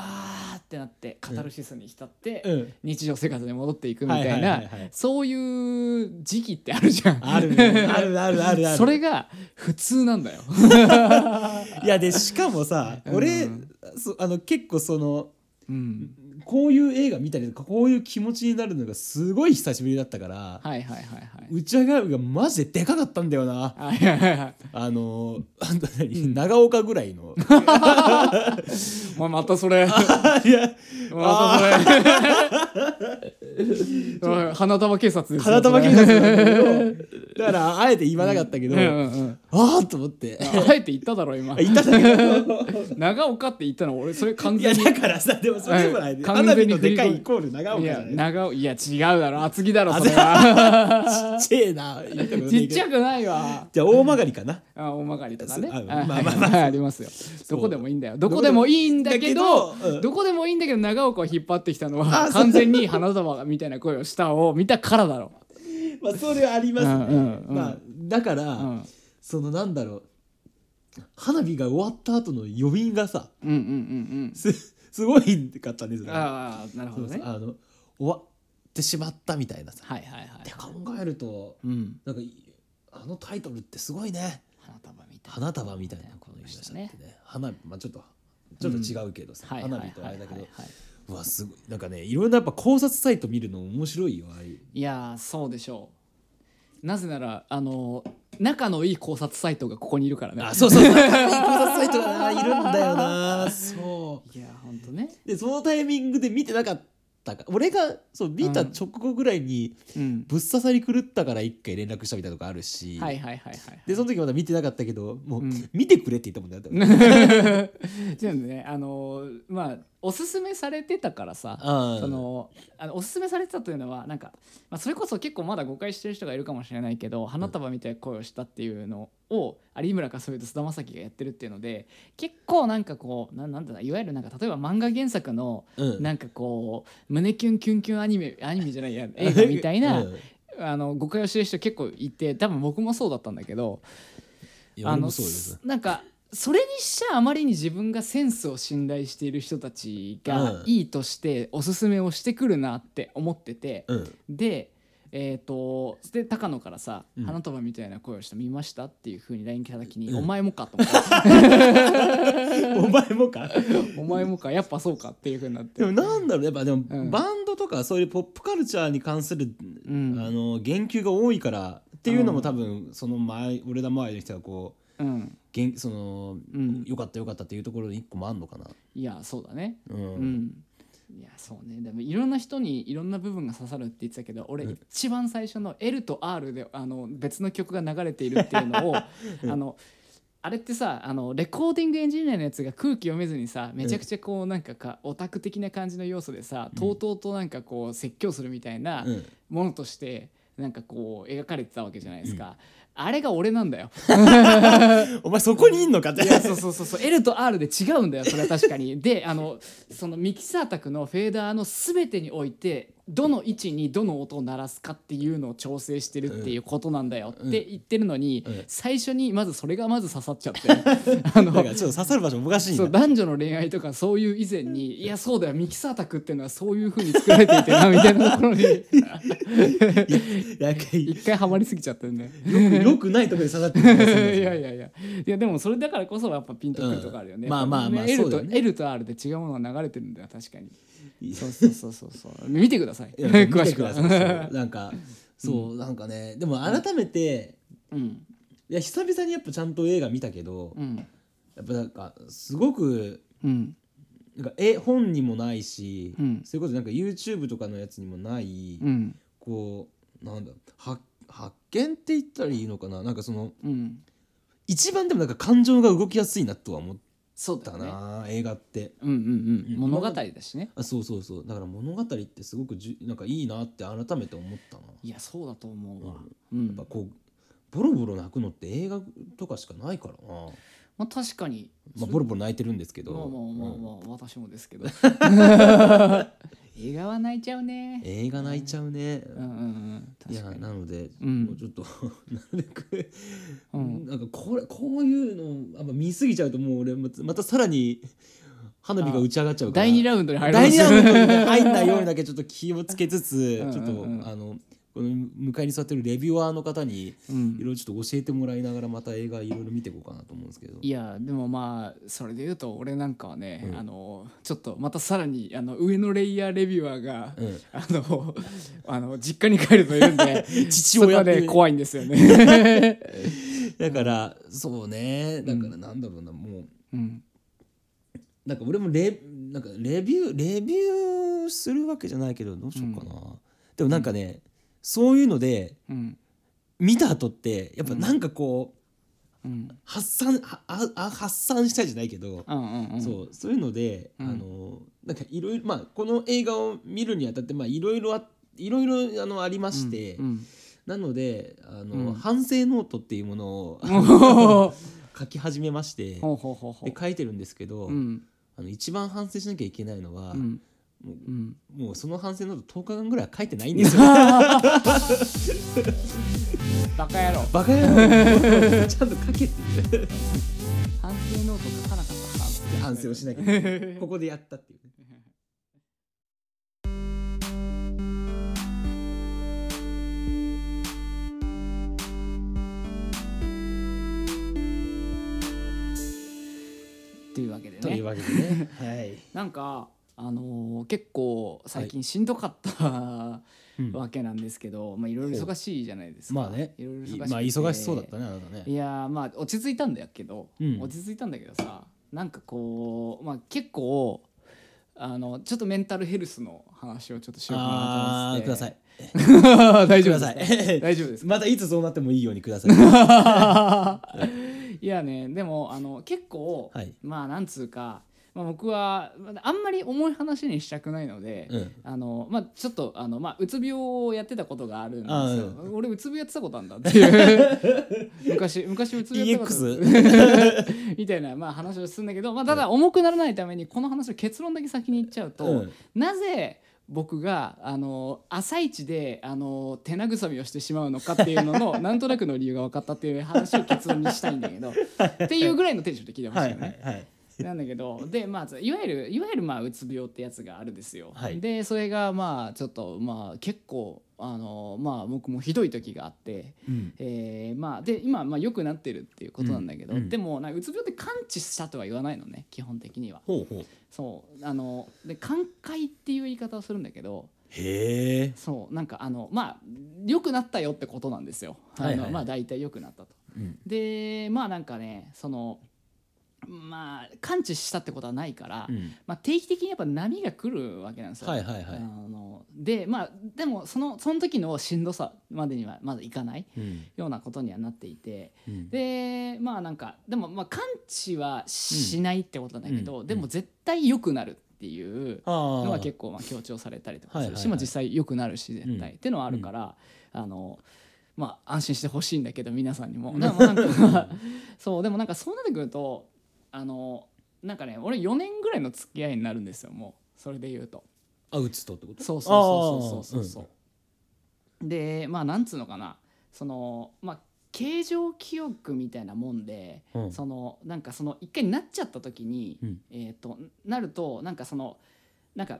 A: ーってなってカタルシスに浸って、
B: うん
A: 日常生活に戻っていくみたいな、
B: はいはいはいはい
A: そういう時期ってあるじゃん。
B: あるねあるあるあるある
A: それが普通なん だよ。
B: いやでしかもさ
A: うん
B: 俺、そあの結構その
A: うん、
B: こういう映画見たりとかこういう気持ちになるのがすごい久しぶりだったから、
A: はいはいはいはい。
B: 打ち上げ花火がマジででかかったんだよな
A: はいはいはいはい。
B: あのあんた何、
A: うん
B: 長岡ぐらいの
A: お前またそれ。
B: い や
A: またそれ。 おい花束警察ですよ。
B: 花束警察なんだけど だからあえて言わなかったけど、
A: うんうんうん
B: ああと思って
A: あえて言っただろ今
B: あ。言ったんだけど
A: 長岡って言ったの俺それ完
B: いや
A: 全に。
B: だからさでもそれでもない
A: うん
B: 花火のでか
A: 完全に振り込
B: い
A: み
B: イコール長岡
A: い
B: じ
A: や
B: ゃない
A: 長いや違うだろ厚木だろそれは。
B: ちっちゃいな言いたことない
A: ち
B: け
A: っ
B: ど
A: ちゃくないわ。
B: じゃあ大曲がりかな
A: あ大曲がりとかね。
B: そうあ
A: はい
B: まあまあまあ
A: はいありますよ。どこでもいいんだよ。どこでもいいんだけど
B: だけどう、ん
A: どこでもいいんだけど長岡を引っ張ってきたのは
B: あそう
A: 完全に花束みたいな声をしたを見たからだろ。
B: まあそれはありますね、
A: うんうんうん
B: まあだから、
A: うん
B: そのなんだろう花火が終わった後の余韻がさ
A: うんうんうん
B: すすごいかったんです
A: うん。
B: よね
A: ああなるほ
B: そ
A: ど
B: うそう
A: ね。
B: あの終わってしまったみたいなさ。
A: はいはいはい。
B: って考えると
A: うん。
B: なんかいあのタイトルってすごいね
A: 花束みたいな。
B: 花束みたいなこの言い方ってね花火まあちょっとちょっと違うけどさ、
A: はいはい
B: 花
A: はい
B: 火とあれだけ
A: は
B: ど
A: いはいう
B: わすごいなんかねいろんなやっぱ考察サイト見るの面白いよああいう
A: いやーそうでしょう。なぜならあの仲のいい考察サイトがここにいるからね。
B: あそうそうそう 考察サイトがないるんだよなそう
A: いやー本当ね。
B: でそのタイミングで見てなかったか俺がそう見た直後ぐらいに
A: うん。
B: ぶっ刺さり狂ったから一回連絡したみたいなとかあるし、
A: はいはいはいはい。
B: でその時まだ見てなかったけどもう、
A: うん
B: 見てくれって言ったもんねだって
A: じゃあねあのーまあおすすめされてたからさ
B: あー
A: そのあのおすすめされてたというのはなんか、まあ、それこそ結構まだ誤解してる人がいるかもしれないけど花束みたいな声をしたっていうのを有村架純と菅田将暉がやってるっていうので結構なんかこうなんなんだろうないわゆるなんか例えば漫画原作の
B: うん
A: なんかこう胸キュンキュンキュンアニメアニメじゃないや映画みたいな、
B: うん
A: あの誤解をしてる人結構いて多分僕もそうだったんだけど
B: いや
A: あ
B: 俺も
A: の
B: そうです
A: なんかそれにしちゃあまりに自分がセンスを信頼している人たち
B: うん
A: がいいとしておすすめをしてくるなって思ってて、
B: うん
A: でえー、とで高野からさ「
B: うん
A: 花束みたいな声をして見ました?」っていうふうに LINE 来た時に「
B: うん
A: お前もか」と思って
B: お前もか
A: 「お前もかやっぱそうか」っていうふうになって
B: でもなんだろうやっぱでも、
A: うん
B: バンドとかそういうポップカルチャーに関する、
A: うん
B: あの言及が多いからっていうのも多分その前俺ら周りの人がこう
A: うん
B: げんその、
A: うん
B: よかったよかったっていうところに一個もあんのかな。
A: いやそうだね
B: う
A: うんん、いやそうねでもいろんな人にいろんな部分が刺さるって言ってたけど俺
B: うん
A: 一番 最初の L と R であの別の曲が流れているっていうのを、あのあれってさあのレコーディングエンジニアのやつが空気読めずにさめちゃくちゃこうなんかかオタク的な感じの要素でさ
B: うん
A: とうとうとなんかこう説教するみたいな
B: うん
A: ものとしてなんかこう描かれてたわけじゃないですか、あれが俺なんだよ
B: お前そこにいんのかって
A: いやそうそうそうそう L と R で違うんだよそれは確か にであのそのミキサー卓のフェーダーの全てにおいてどの位置にどの音を鳴らすかっていうのを調整してるっていうことなんだよって言ってるのに、
B: うん
A: 最初にまずそれがまず刺さっちゃって あ
B: だ
A: の
B: からちょっと刺さる場所おかしいん
A: そう
B: だ
A: 男女の恋愛とかそういう以前にいやそうだよミキサー卓っていうのはそういうふうに作られていてなみ たいなところに
B: なんか よ
A: 一回ハマりすぎちゃってるね。
B: くよくないところに刺さってる気がする
A: いやいやいやいやでもそれだからこそやっぱピンとくるとこあるよね、
B: うんまあまあまあ
A: やっぱ
B: そうだよ
A: ね L
B: ね
A: と L と R で違うものが流れてるんだよ確かにそうそうそうそうそう見てください
B: いや
A: 詳
B: 見て
A: しく
B: く
A: は
B: ださいそうなんかそうなんかねでも改めて
A: うん
B: いや久々にやっぱちゃんと映画見たけど
A: うん
B: やっぱなんかすごく
A: うん
B: なんか絵本にもないし
A: うん
B: それこそなんか YouTube とかのやつにもない
A: うん
B: こうなんだ発発見って言ったらいいのかななんかその
A: うん
B: 一番でもなんか感情が動きやすいなとは思っ
A: そうだ
B: た
A: よね
B: な、映画って
A: うんうんうん
B: うん
A: 物語だしね
B: あそうそうそうだから物語ってすごくじゅなんかいいなって改めて思ったな、
A: いやそうだと思うわ
B: うん
A: うん、
B: やっぱこうボロボロ泣くのって映画とかしかないからな、
A: まあ確かに
B: まあ、ボロボロ泣いてるんですけど、
A: まあまあまあまあ、私もです けど映画は泣いちゃう
B: うん
A: ね
B: 映画泣いちゃうね、
A: うんうんうん
B: い
A: 確
B: や
A: かに
B: なので、
A: うん
B: もうちょっと なるべく、
A: うん
B: なんかこれこういうのあんま見すぎちゃうともう俺またまたさらに花火が打ち上がっちゃうから
A: 第2ラウンドに入る
B: 第2ラウンドに入んないようにだけちょっと気をつけつつ
A: うんうんうん
B: ちょっとあのこの向かいに座ってるレビュアーの方に
A: ド、うん
B: いろいろちょっと教えてもらいながらまた映画いろいろ見ていこうかなと思うんですけど
A: いやでもまあそれで言うと俺なんかはね、
B: うん
A: あのちょっとまたさらにあの上のレイヤーレビュアーが、
B: うん
A: あの あの実家に帰るというん で
B: 父
A: それ
B: 親
A: は
B: って
A: ね
B: いう
A: 怖いんですよね。
B: だからそうねだからなんだろうなもう
A: うん、
B: なんか俺もレなんかレビューレビューするわけじゃないけどどうしようかなでもなんかねそういうので
A: うん
B: 見た後ってやっぱなんかこう
A: うん
B: 発散はああ発散したいじゃないけど
A: うんうんうん
B: そうそういうので、
A: うん
B: あのなんかいろいろまあこの映画を見るにあたってまあいろいろあいろいろあのありまして、
A: うん
B: なのであの、
A: うん
B: 反省ノートっていうものを
A: うんほ
B: 書き始めまして
A: うほうほうほ
B: で
A: う
B: 書いてるんですけど、
A: うん
B: あの一番反省しなきゃいけないのは、
A: うん
B: もう
A: うん
B: もうその反省ノート10日間ぐらいは書いてないんですよ。
A: バカ野郎
B: バカ野郎ちゃんと書けって
A: 反省ノート書かなかった反省
B: 反省をしなきゃいけ ないここでやったっていう。
A: っていうわけで
B: と
A: ね
B: いうわけでね。はい。
A: なんかあのー結構最近しんどかった、わけなんですけど、まあいろいろ忙しいじゃないですか。
B: まあね。
A: いろいろ忙しくて
B: まあ忙しそうだったねあなたね。
A: いやーまあ落ち着いたんだけど、
B: うん
A: 落ち着いたんだけどさ、なんかこうまあ結構あのちょっとメンタルヘルスの話をちょっとしようかな
B: あー
A: と思って。
B: くださ。い。
A: 大
B: くだ
A: 丈夫
B: さ
A: ですか。
B: い。
A: 大丈夫で す
B: またいつそうなってもいいようにください。はい
A: か。いやねでもあの結構、
B: はい
A: まあなんつうか、まあ僕はまああんまり重い話にしたくないので。
B: うん。
A: あのまあ、ちょっとあの、まあ、うつ病をやってたことがあるんですよ、
B: あ
A: 俺うつ病やってたことあん だっていう昔昔うつ病やってたこと
B: EX。
A: みたいな、まあ、話をするんだけど、まあ、ただ重くならないためにこの話の結論だけ先に言っちゃうと、
B: うん
A: なぜ僕があの朝一であの手慰みをしてしまうのかっていうののなんとなくの理由が分かったっていう話を結論にしたいんだけどっていうぐらいのテンションで聞いてま
B: はい
A: したよね。
B: はいはい。
A: なんだけ どでまあいわゆるいわゆるまあうつ病ってやつがあるんですよ。
B: はい
A: でそれがまあちょっとまあ結構あのまあ僕もひどい時があって、
B: うん。
A: えーまあで今まあ良くなってるっていうことなんだけど、
B: うんうん
A: でもなんかうつ病って完治したとは言わないのね基本的には。
B: ほうほう。
A: そうあので寛解っていう言い方をするんだけど
B: へえ。
A: そうなんかあのまあ良くなったよってことなんですよ。あ
B: はいはいは
A: の
B: い
A: まあ大体良くなったと。
B: うん。
A: でまあなんかねそのまあ完治したってことはないから、
B: うん
A: まあ、定期的にやっぱ波が来るわけなんですよ。
B: はいはいはい
A: あのでまあでもそのその時のしんどさまでにはまだいかない
B: うん
A: ようなことにはなっていて
B: うん
A: でまあなんかでもまあ完治はしないってことなんだけど、
B: うん
A: でも絶対良くなるっていう
B: あー
A: のは結構まあ強調されたりとかする
B: はいはい
A: し、
B: はい
A: まあ実際良くなるし絶対、
B: うん
A: っていうのはあるから、あのまあ安心してほしいんだけど皆さんにも。
B: うん
A: でもな んかそうでもなんかそうなってくるとあのなんかね俺4年ぐらいの付き合いになるんですよもうそれで言うと。
B: あ打つとってこと
A: そうそうそうそうそうそう
B: あー
A: そうでまあなんつうのかなそのまあ形状記憶みたいなもんで、
B: うん
A: そのなんかその一回なっちゃった時に、
B: うん
A: えー、となるとなんかそのなんか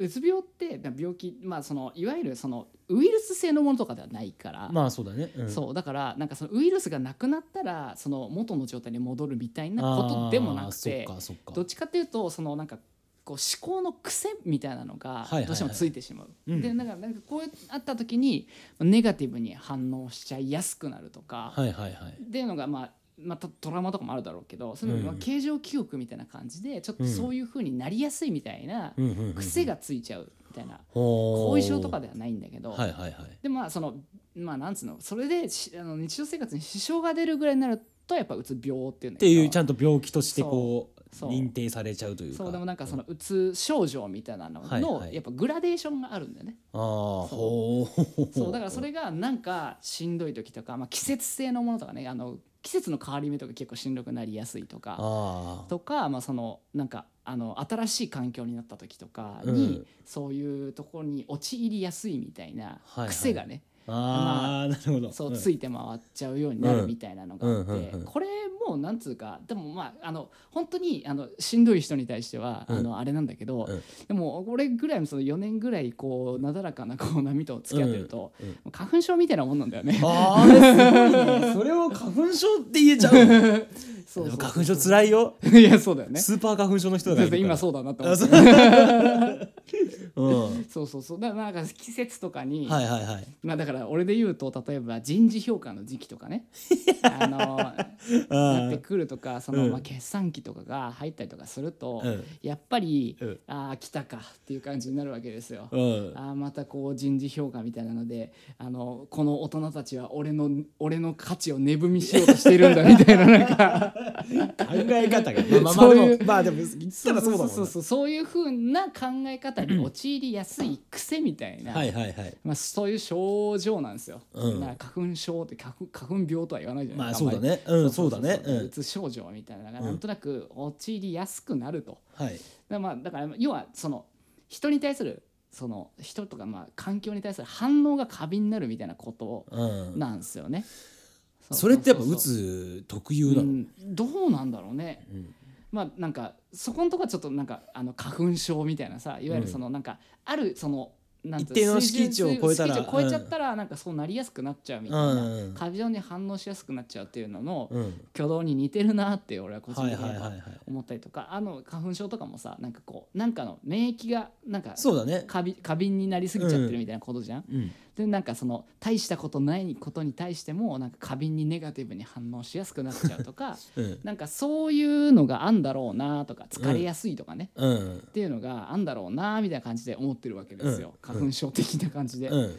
A: うつ病ってまあ病気、まあ、そのいわゆるそのウイルス性のものとかではないから、
B: まあそうだね、うん
A: そうだからなんかそのウイルスがなくなったらその元の状態に戻るみたいなことでもな
B: あー
A: くて
B: そっかそっか
A: どっちかっていうとそのなんかこう思考の癖みたいなのが
B: はいはいはい
A: どうしてもついてしまう。
B: うん
A: でなんかなんかこうあった時にネガティブに反応しちゃいやすくなるとか、
B: はいはいはい
A: っていうのがまあまたトラウマとかもあるだろうけどそのまあ
B: うん
A: 形状記憶みたいな感じでちょっとそういう風になりやすいみたいな
B: うんうんうん
A: 癖がついちゃうみたいな後
B: 後
A: 遺症とかではないんだけど、
B: はいはいはい
A: でまあそのまあなんつうのそれでしあの日常生活に支障が出るぐらいになるとやっぱうつ病っていうの
B: っていうち
A: ちゃ
B: ゃ
A: ん
B: んと病気としてこう
A: そう
B: 認定されちゃうというか
A: そうでもなんかそのうつ症状みたいなの
B: はいは
A: の
B: い
A: やっぱグラデーションがあるんだよね。
B: ああ
A: そう
B: ほう
A: そうだからそれがなんかしんどい時とか、まあ、季節性のものとかねあの季節の変わり目とか結構しんどくなりやすいとか
B: ああ
A: とか、まあ、そのなんかあの新しい環境になった時とかに、
B: うん
A: そういうところに陥りやすいみたいな
B: はいはい
A: 癖がね、
B: ああなるほど
A: そうんついて回っちゃうようになるみたいなのがあっ
B: うんう
A: て、
B: んうんうん
A: これもうなんつうかでもまああの本当にあのしんどい人に対しては、
B: うん
A: あのあれなんだけど、
B: うん
A: でも俺ぐらいのその4年ぐらいこうなだらかなこう波と付き合ってると、
B: うんうん
A: もう花粉症みたいなもんなんだ よね。
B: ああすごいねそれを花粉症って言えちゃう
A: そう
B: で
A: そう
B: も花粉症つらいよ
A: いやそうだよね。
B: スーパー花粉症の人だから
A: 先生今
B: う
A: そうだなと思
B: あ
A: って
B: そううん
A: そうそうそうだからなんか季節とかに、
B: はいはいはい
A: まあだから俺で言うと例えば人事評価の時期と かねあのなって
B: あ
A: くるとかその、
B: うん
A: まあ、決算期とかが入ったりとかすると、
B: うん
A: やっぱり、
B: うん
A: ああ来たかっていう感じになるわけですよ。
B: あうん
A: あーまたこう人事評価みたいなのであのこの大人たちは俺の俺の価値を値踏みしようとしているんだみたいななんか
B: 考え方がまあまあま
A: そ
B: あ
A: う
B: で
A: い
B: も
A: う
B: まあでも言った らそうだもんな
A: そうそうそういうふうな考え方に陥りやすい癖みたいな、
B: はいはいはい
A: まあ、そういう症状なんですよ。
B: うん
A: だから花粉症って花粉花粉病とは言わないじゃな
B: ま
A: いで
B: あ
A: す
B: そう
A: か。
B: だ
A: んまり。
B: ねうんそうだねう
A: うんつ症状みたいなのが
B: うん
A: なんとなく陥りやすくなると。
B: はい
A: だからまあだから要はその人に対するその人とかまあ環境に対する反応が過敏になるみたいなこと
B: うん
A: なんですよね。う
B: それってやっぱ
A: う
B: 打
A: うそう
B: つ特有だ
A: う
B: ろ
A: んどうなんだろうね。
B: うん
A: まあなんかそこのとこはちょっとなんかあの花粉症みたいなさいわゆるそのなんかあるそのなんて
B: 一定の敷地を超えたら
A: 水準水準を超えちゃったらなんかそうなりやすくなっちゃうみたい
B: うんうんう
A: なん過剰に反応しやすくなっちゃうっていうのの
B: うん
A: 挙動に似てるなって俺は個人
B: はい
A: 的
B: はい
A: に
B: はいは
A: はい思ったりとかあの花粉症とかもさなんかこうなんかの免疫がなんか
B: そうだね
A: 過敏過敏になりすぎちゃってるみたいなことじゃん。
B: うん
A: でなんかその大したことないことに対してもなんか過敏にネガティブに反応しやすくなっちゃう とか。
B: うん
A: なんかそういうのがあんだろうなとか疲れやすいとかね、
B: うん
A: っていうのがあんだろうなみたいな感じで思ってるわけですよ、
B: うん
A: 花粉症的な感じで、
B: うん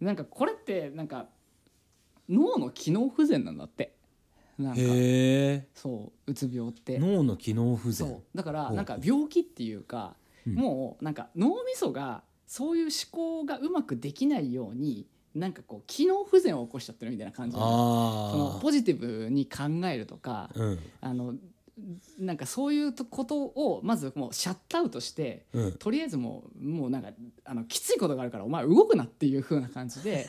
A: なんかこれってなんか脳の機能不全なんだってなんか
B: へ
A: そううつ病っ
B: え
A: て
B: 脳の機能不
A: そう
B: 全
A: だから
B: ほう
A: なんか病気っていうか、
B: うん
A: もうなんか脳みそがそういう思考がうまくできないようになんかこう機能不全を起こしちゃってるみたいな感じなのその
B: あ
A: ポジティブに考えるとか
B: あ、うん
A: あのなんかそういうとことをまずもうシャットアウトして
B: うん
A: とりあえずもうもうなんかあのきついことがあるからお前動くなっていう風な感 じで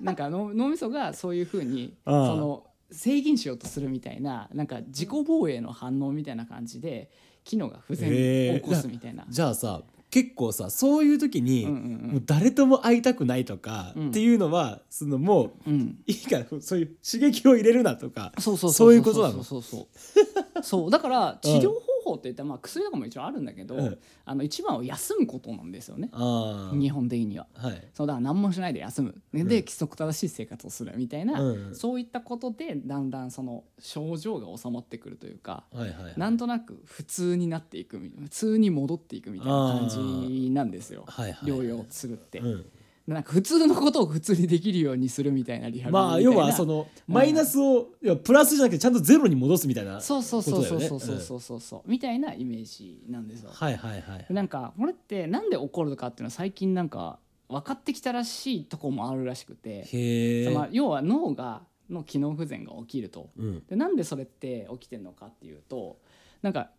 A: なんかの脳みそがそういう風にそ
B: ああ
A: の制限しようとするみたいななんか自己防衛の反応みたいな感じで機能が不全
B: へえ
A: を起こすみたいな。
B: じゃあさ結構さそういう時に
A: うんう
B: もうん誰とも会いたくないとか
A: うん
B: っていうのはそのもう
A: うんうん
B: いいからそういう刺激を入れるなとか
A: そうそう
B: そういうことなの
A: そうそうそうそうそうだから治療方法っていったらまあ薬とかも一応あるんだけど、
B: うん
A: あの一番は休むことなんですよね
B: あ
A: 日本的には。
B: あはい
A: そうだから何もしないで休む、ね
B: うん
A: で規則正しい生活をするみたいな、
B: うん
A: そういったことでだんだんその症状が収まってくるというか、
B: はいはい
A: なんとなく普通になっていくみ普通に戻っていくみたいな感じなんですよ
B: はいはい
A: 療養するって、
B: うん
A: なんか普通のことを普通にできるようにするみたいなリハビリみたいな
B: まあ要はその
A: うん
B: マイナスを要はプラスじゃなくてちゃんとゼロに戻すみたいな
A: そうそうそうそう
B: ことだ
A: そ
B: よ
A: う
B: ね
A: そうそうそうそう、みたいなイメージなんですよ、
B: はいはいはい
A: なんかこれってなんで起こるかっていうのは最近なんか分かってきたらしいとこもあるらしくて
B: へえ
A: まあ、要は脳がの機能不全が起きると
B: うん
A: でなんでそれって起きてるのかっていうとなんか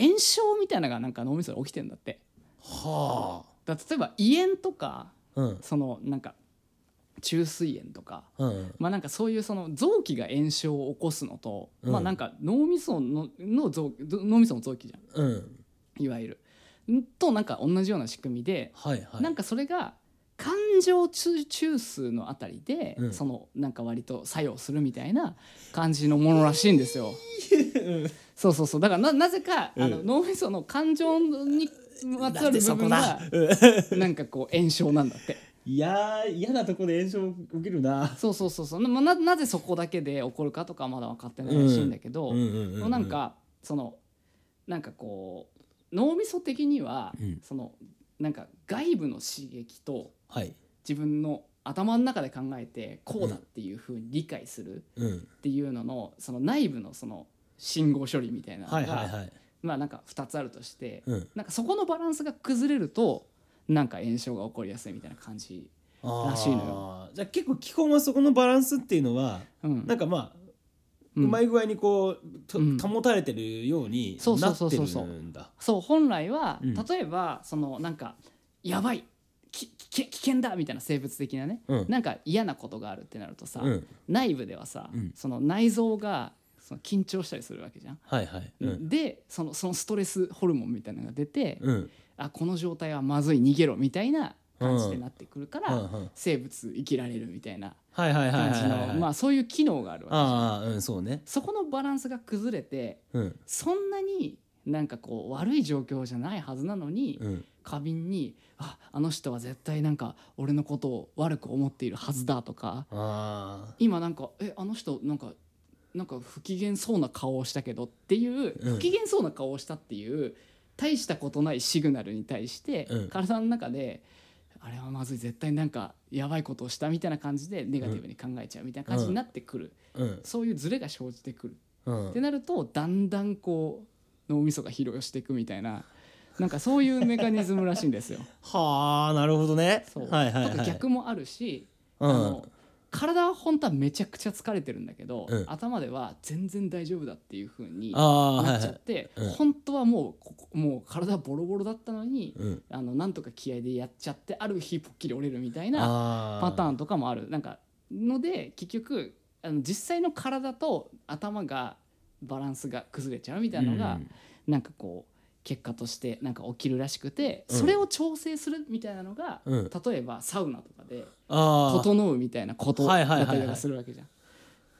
A: 炎症みたいなのがなんか脳みそで起きてるんだって
B: は
A: だから例えば胃炎とか
B: あうん
A: そのなんか虫垂炎とか。
B: うん
A: まあ、なんかそういうその臓器が炎症を起こすのと、
B: うん
A: まあなんか脳みそのの臓脳みその臓器じゃ
B: うん
A: んいわゆるんとなんか同じような仕組みで
B: はいはい
A: なんかそれが感情中中枢のあたりで、
B: うん
A: そのなんか割と作用するみたいな感じのものらしいんですよ。 そうそうそうだからななぜか、あの
B: うん
A: 脳みその感情にまつわる部分が
B: うん
A: なんかこう炎症なんだって。
B: いやー嫌なとこで炎症起きるな
A: そうそうそうそうなななぜそこだけで起こるかとかはまだ分かってないらしいんだけど、
B: う
A: なんかそのなんかこう脳みそ的には、
B: うん
A: そのなんか外部の刺激と
B: はい
A: 自分の頭の中で考えてこうだっていうふうに理解する
B: うん
A: っていうののその内部のその信号処理みたいなのが、
B: はいはいはい
A: まあなんか2つあるとして、
B: うん
A: なんかそこのバランスが崩れるとなんか炎症が起こりやすいみたいな感じ、らしいの
B: よじゃあ結構基本はそこのバランスっていうのは
A: うん
B: なんかまあ
A: う
B: うんまい具合にこうと
A: うん
B: 保たれてるように
A: そうそ
B: な
A: うそ
B: っ
A: う
B: て
A: そう
B: る
A: そうん
B: だ
A: そう本来は、
B: うん
A: 例えばそのなんかやばいきき危険だみたいな生物的なね、
B: うん
A: なんか嫌なことがあるってなるとさ、
B: うん
A: 内部ではさ、
B: うん
A: その内臓がその緊張したりするわけじゃん。
B: はいはいうん
A: でそのそのストレスホルモンみたいなのが出て、
B: うん
A: あこの状態はまずい逃げろみたいな感じでなってくるから、
B: うんうん
A: 生物生きられるみたいな
B: はいはいはい
A: 感
B: は
A: じ
B: いはい
A: のまあそういう機能があるわけ
B: ああうんそうね
A: そこのバランスが崩れて
B: うん
A: そんなになんかこう悪い状況じゃないはずなのに、
B: うん
A: 過敏に「ああの人は絶対なんか俺のことを悪く思っているはずだ」とか
B: あ
A: 今なんか「えあの人なんかなんか不機嫌そうな顔をしたけど」っていう、
B: うん
A: 不機嫌そうな顔をしたっていう大したことないシグナルに対して、
B: うん
A: 体の中で「あれはまずい絶対なんかやばいことをした」みたいな感じでネガティブに考えちゃうみたいな感じになってくる、
B: あうん
A: そういうズレが生じてくる。
B: うん
A: ってなるとだんだんこう脳みそが疲労していくみたいな。なんかそういうメカニズムらしいんですよ。
B: はあなるほどね
A: そう、
B: はいはい
A: と
B: は
A: か
B: い
A: 逆もあるし、
B: うん
A: あの体は本当はめちゃくちゃ疲れてるんだけど、
B: うん
A: 頭では全然大丈夫だっていう風に
B: ああはい
A: なっ
B: は
A: ちゃっ
B: い
A: て、
B: うん
A: 本当はもうここもう体ボロボロだったのに、
B: うん
A: あのなんとか気合でやっちゃってある日ポッキリ折れるみたいな
B: あ
A: パター
B: ン
A: ンとかもあるなんかので結局あの実際の体と頭がバランスが崩れちゃうみたいなのが、なんかこう結果としてなんか起きるらしくて、
B: うん
A: それを調整するみたいなのが、
B: うん
A: 例えばサウナとかで
B: ああ
A: 整うみたいなこと
B: は
A: だ
B: いはいはいはい
A: ったりとかするわけじゃん。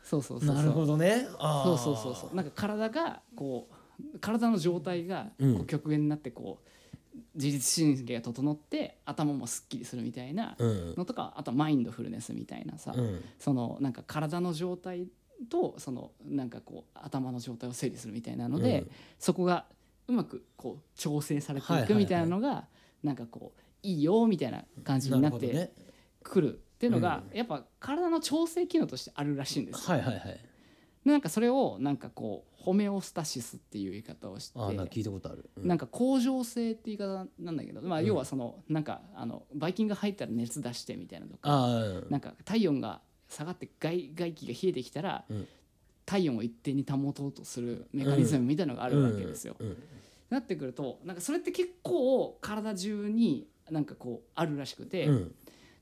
A: そうそうそうそう
B: なるほどねあ
A: そ
B: あ
A: うそうそうそうなんか体がこう体の状態が
B: うん
A: こう極限になってこう、自律神経が整って頭もすっきりするみたいな
B: うん
A: のとか、あとマインドフルネスみたいなさ、
B: うん
A: そのなんか体の状態とそのなんかこう頭の状態を整理するみたいなので、
B: うん
A: そこがうまくこう調整されて
B: はい
A: い
B: はい
A: く
B: はい
A: みたいなのが、なんかこういいよみたいな感じにな
B: るほ
A: っ
B: ど
A: て
B: ね
A: くるっていうのがやっぱ体の調整機能としてあるらしいんですよ。
B: はいはいはい
A: なんかそれをなんかこうホメオスタシスっていう言い方をして
B: ああなんか聞いたことあるうん
A: なんか恒常性って言い方なんだけど、まあ、
B: うん
A: 要はそのなんかあのばい菌が入ったら熱出してみたいなのとか
B: ああうん
A: なんか体温が下がって外外気が冷えてきたら、
B: うん
A: 体温を一定に保とうとするメカニズムみたいなのがあるわけですよ。
B: うんうん
A: なってくるとなんかそれって結構体中になんかこうあるらしくて、
B: うん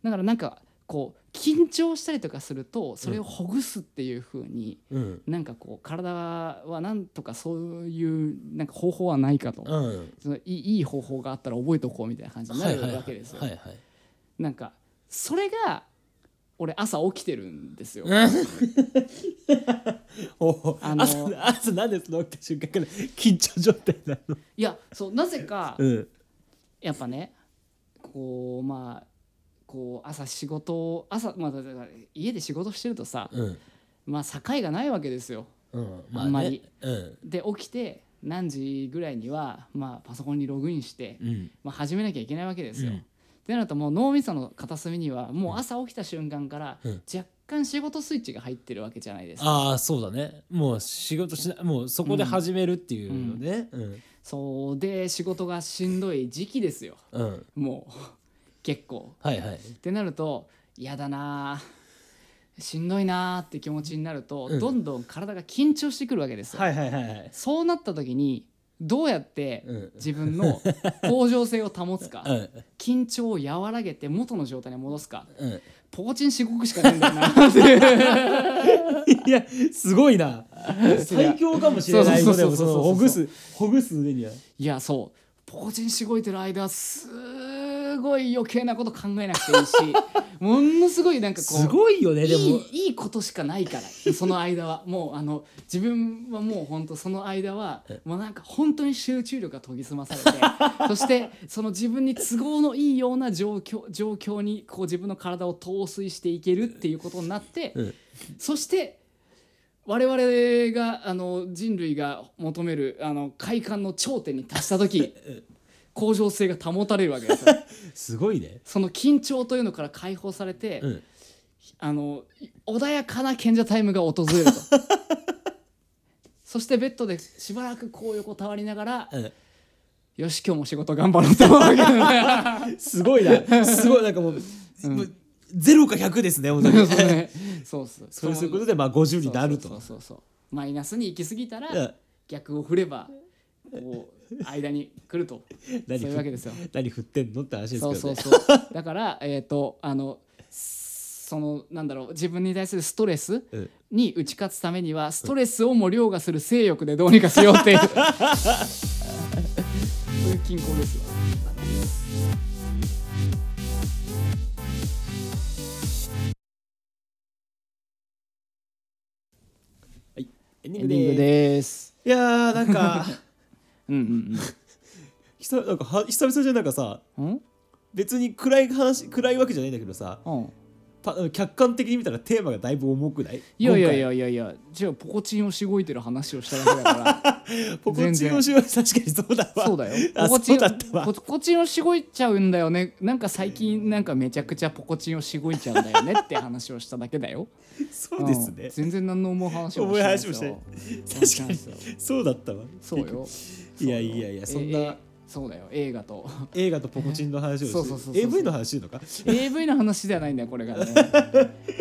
A: だからなんかこう緊張したりとかするとそれをほぐすっていう風に、
B: うん
A: なんかこう体はなんとかそういうなんか方法はないかと、
B: うん
A: そのいいいい方法があったら覚えておこうみたいな感じになるわけですよ。
B: はいはいはいはい
A: なんかそれが俺朝起きてるんですよ。
B: お
A: あの
B: 朝朝なんでその起きた瞬間から緊張状態なの
A: いやそうなぜか
B: うん
A: やっぱねこうまあこう朝仕事を朝、まあ、だから家で仕事してるとさ、
B: うん
A: まあ、境がないわけですよ。
B: うん
A: あんまり
B: うん
A: で起きて何時ぐらいには、まあ、パソコンにログインして、
B: うん
A: まあ、始めなきゃいけないわけですよ。
B: うん
A: ってなるともう脳みその片隅にはもう朝起きた瞬間から
B: うん
A: 若干仕事スイッチが入ってるわけじゃないですか。
B: ああそうだねもう仕事しないもうそこで始めるっていうのねうん
A: そうで仕事がしんどい時期ですよ
B: うん、
A: もう 結構。
B: はいはい
A: ってなると嫌だなあしんどいなあって気持ちになると、
B: うん
A: どんどん体が緊張してくるわけですよ。
B: はいはいはいはい
A: そうなった時にどうやって
B: うん
A: 自分の向上性を保 つか、
B: うん
A: 緊張を和らげて元の状態に戻すか
B: うん
A: ポーチン四国しかないんだよなっていう
B: いやすごいな最強かもしれない
A: そう
B: そ
A: そ
B: れも
A: うそうそ
B: そうのほぐすほぐす上にはい
A: やそうポーチンしごいてる間すごい余計なこと考えなくていいしものすごいなんかこう
B: すごいよねでも
A: いいいいことしかないからその間はもうあの自分はもう本当その間はもうなんか本当に集中力が研ぎ澄まされて そしてその自分に都合のいいような状況状況にこう自分の体を陶酔していけるっていうことになって、
B: うん
A: そして我々があの人類が求めるあの快感の頂点に達した時向上性が保たれるわけです よ。
B: すごいね
A: その緊張というのから解放されて、
B: うん
A: あの穏やかな賢者タイムが訪 れるとそしてベッドでしばらくこう横たわりながら
B: うん
A: よし今日も仕事頑張ろうと思うわけだ ね
B: すごいなすごいなんかもうもうゼロか100ですね本当
A: そう
B: に
A: ねそうそう
B: それすることでまあ50になる
A: そう
B: と
A: そうそうそうマイナスに行き過ぎたら、
B: うん
A: 逆を振ればこう間に来る とそう
B: 何
A: いうわけですよ
B: 何振ってんのって話ですけど
A: そう
B: ね
A: そう そうだからえっ、とあのそのなんだろう自分に対するストレス
B: うん
A: に打ち勝つためにはストレスをも凌駕する性欲でどうにかしようって いうそういう均衡ですよ。
B: エンデ
A: エ
B: ィン
A: ン
B: グ
A: ディン
B: で
A: グ
B: ー
A: です。
B: すいやーなんか
A: うん
B: 久々なんかは久々じゃなんかさ
A: うんうん。
B: 別に暗い話暗いわけじゃないんだけどさ
A: うんうん。
B: パ客観的に見たらテーマがだいぶ重くない
A: いやいやいやいやいや、じゃあポコチンをしごいてる話をしただけだか
B: 今
A: ら。
B: 回ポコチンをしよう確かにそうだわ
A: そうだよ。
B: あ
A: ポコチン
B: そうだったわ
A: ポコチンをしごいちゃうんだよね。なんか最近なんかめちゃくちゃポコチンをしごいちゃうんだよねって話をしただけだよ。
B: そうです
A: ん
B: ね
A: 全然何の思う話も
B: 重
A: し
B: い
A: ない
B: 話もし
A: です
B: な
A: よ
B: い。
A: し
B: 確か
A: ないで
B: に
A: すよ
B: そうだったわ
A: そう よ。
B: いやいやいやそん
A: ええ
B: な
A: そうだよ映画と
B: 映画とポコチンの話を
A: そうそうそ
B: し
A: う
B: て
A: そう
B: AV の話のか
A: AV の話ではないんだよこ れがね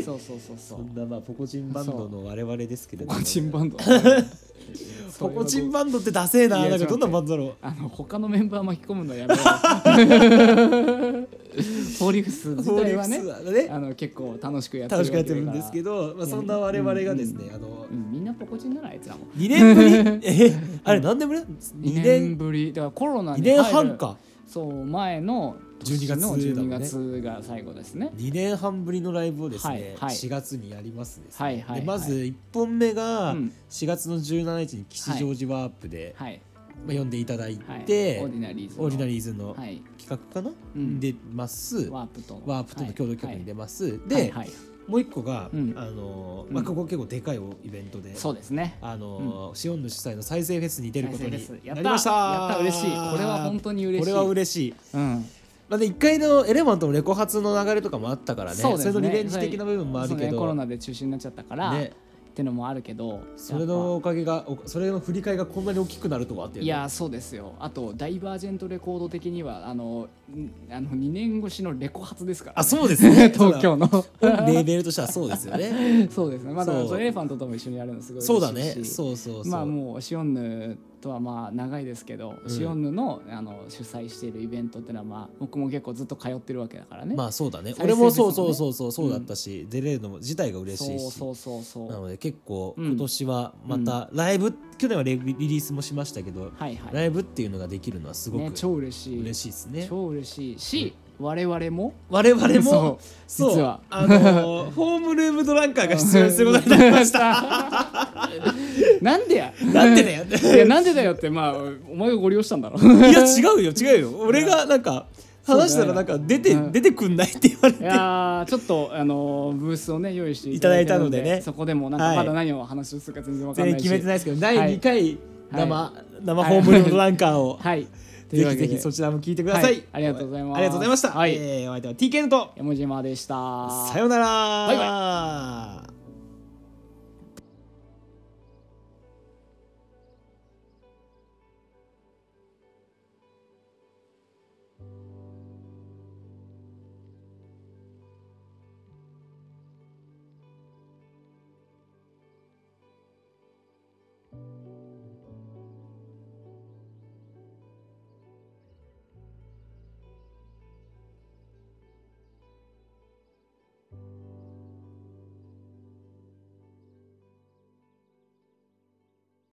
A: そうそうそう
B: そ
A: そうん
B: なまあポコチンバンドの我々ですけれど
A: ポ
B: も
A: コチンバンド
B: ポコチン
A: バ
B: バン
A: ンド
B: ドってダセえ
A: い
B: な
A: や
B: なんかどんなバンドだろう
A: あの他のメンバー巻き込むのや めろポリフス自体はね
B: フォーリックスはね
A: あの結構楽しくやってる
B: 楽しくやってるんですけ
A: ど、
B: ど、まあ、そんな我々がですね、あの
A: うんみんなポコチンだなあいつらも
B: 2年ぶ りえあれ何年ぶり ?2
A: 2年
B: 年
A: ぶりだからコロナ
B: 2
A: に入
B: 年
A: る
B: 半か
A: そう前の
B: 12月
A: の
B: だも
A: 12
B: んね
A: 月が最後ですね
B: 2年半ぶりのライブをですね、
A: はいはい
B: 4月にやりますですね、
A: はいはいはい
B: でまず1本目が
A: うん
B: 4月の17日に吉祥寺ワープで、
A: はい
B: まあ、呼んでいただいて、
A: はい
B: オ
A: オ
B: ー
A: ーディナリーズの
B: ディナリーズの
A: はい
B: 企画かな、
A: うん
B: 出ます
A: ワープとの
B: ワープとの共同企画に出
A: はい
B: ます、で、
A: はいはいはい
B: もう一個が、
A: うん
B: あのまあ、
A: うん
B: ここ結構でかいイベントで、
A: そうですね
B: あのーシオンヌ主催の再生フェスに出ることにな
A: 再生フェスやった
B: りました
A: やった嬉しいこれは本当に嬉しい
B: これは嬉しい
A: うん
B: まあね、1回のエレマントのレコ発の流れとかもあったからね
A: そうですね
B: れのリベンジ的な部分もある
A: そう
B: け
A: ねコロ
B: ど
A: ナで中止になっちゃったから、
B: ね
A: ってのもあるけど
B: それのおかげがおそれの振り替えがこんなに大きくなるとはっていう
A: い
B: ね
A: やそうですよあとダイバージェントレコード的にはあのんあの2年越しのレコ発ですから、
B: あそうですね
A: 東京の
B: そうだ レーベルとしてはそうですよね
A: そうですねまだ
B: そう
A: そうエレファントとも一緒にやるのすごい嬉しいし
B: そうだねそうそうそう、
A: まあもうシオンヌとはまあ長いですけど、
B: うん
A: シオンヌのあの主催しているイベントってのはまあ僕も結構ずっと通ってるわけだからね、
B: まあそうだね
A: 再生
B: 俺もそう
A: ですも
B: そ
A: ん
B: う
A: ね
B: そうそうそうだったし、出れるのも自体が嬉しいし
A: そうそうそう
B: な
A: そう
B: ので結構
A: うん
B: 今年はまたライブ、去年はレリリースもしましたけど、
A: はいはい
B: ライブっていうのができるのはすごく
A: ね、超嬉しい
B: 嬉しいですね。
A: 超嬉しいし、我々も
B: 我々
A: そ
B: も
A: う
B: そう
A: 実は
B: あ のーホームルームドランカーが出演することになりました
A: たなんでや
B: なんでだよ
A: いやなんでだよってまあお前がご利用したんだ ろ
B: いや違うよ違うよ俺がなんか話したらなんか出て、
A: うん
B: 出てくんないって言われ
A: い
B: て
A: やーちょっとあのーブースをね用意していただいたので
B: いただいたのでね
A: そこでもなん
B: は
A: か
B: い
A: まだ何を話をするか全然わか
B: 全然
A: んないし、
B: 決めてないですけど
A: い
B: 第2回生、
A: は
B: 生ホームルームドランカーを、
A: はいという
B: ぜ
A: わ
B: ひ
A: け
B: ぜ
A: で
B: ひそちらも聞いてください、
A: はいありがとうございます
B: ありがとうございました、
A: はい
B: えーお相手は TK のと
A: 山島でした
B: さようなら
A: バイ
B: バイ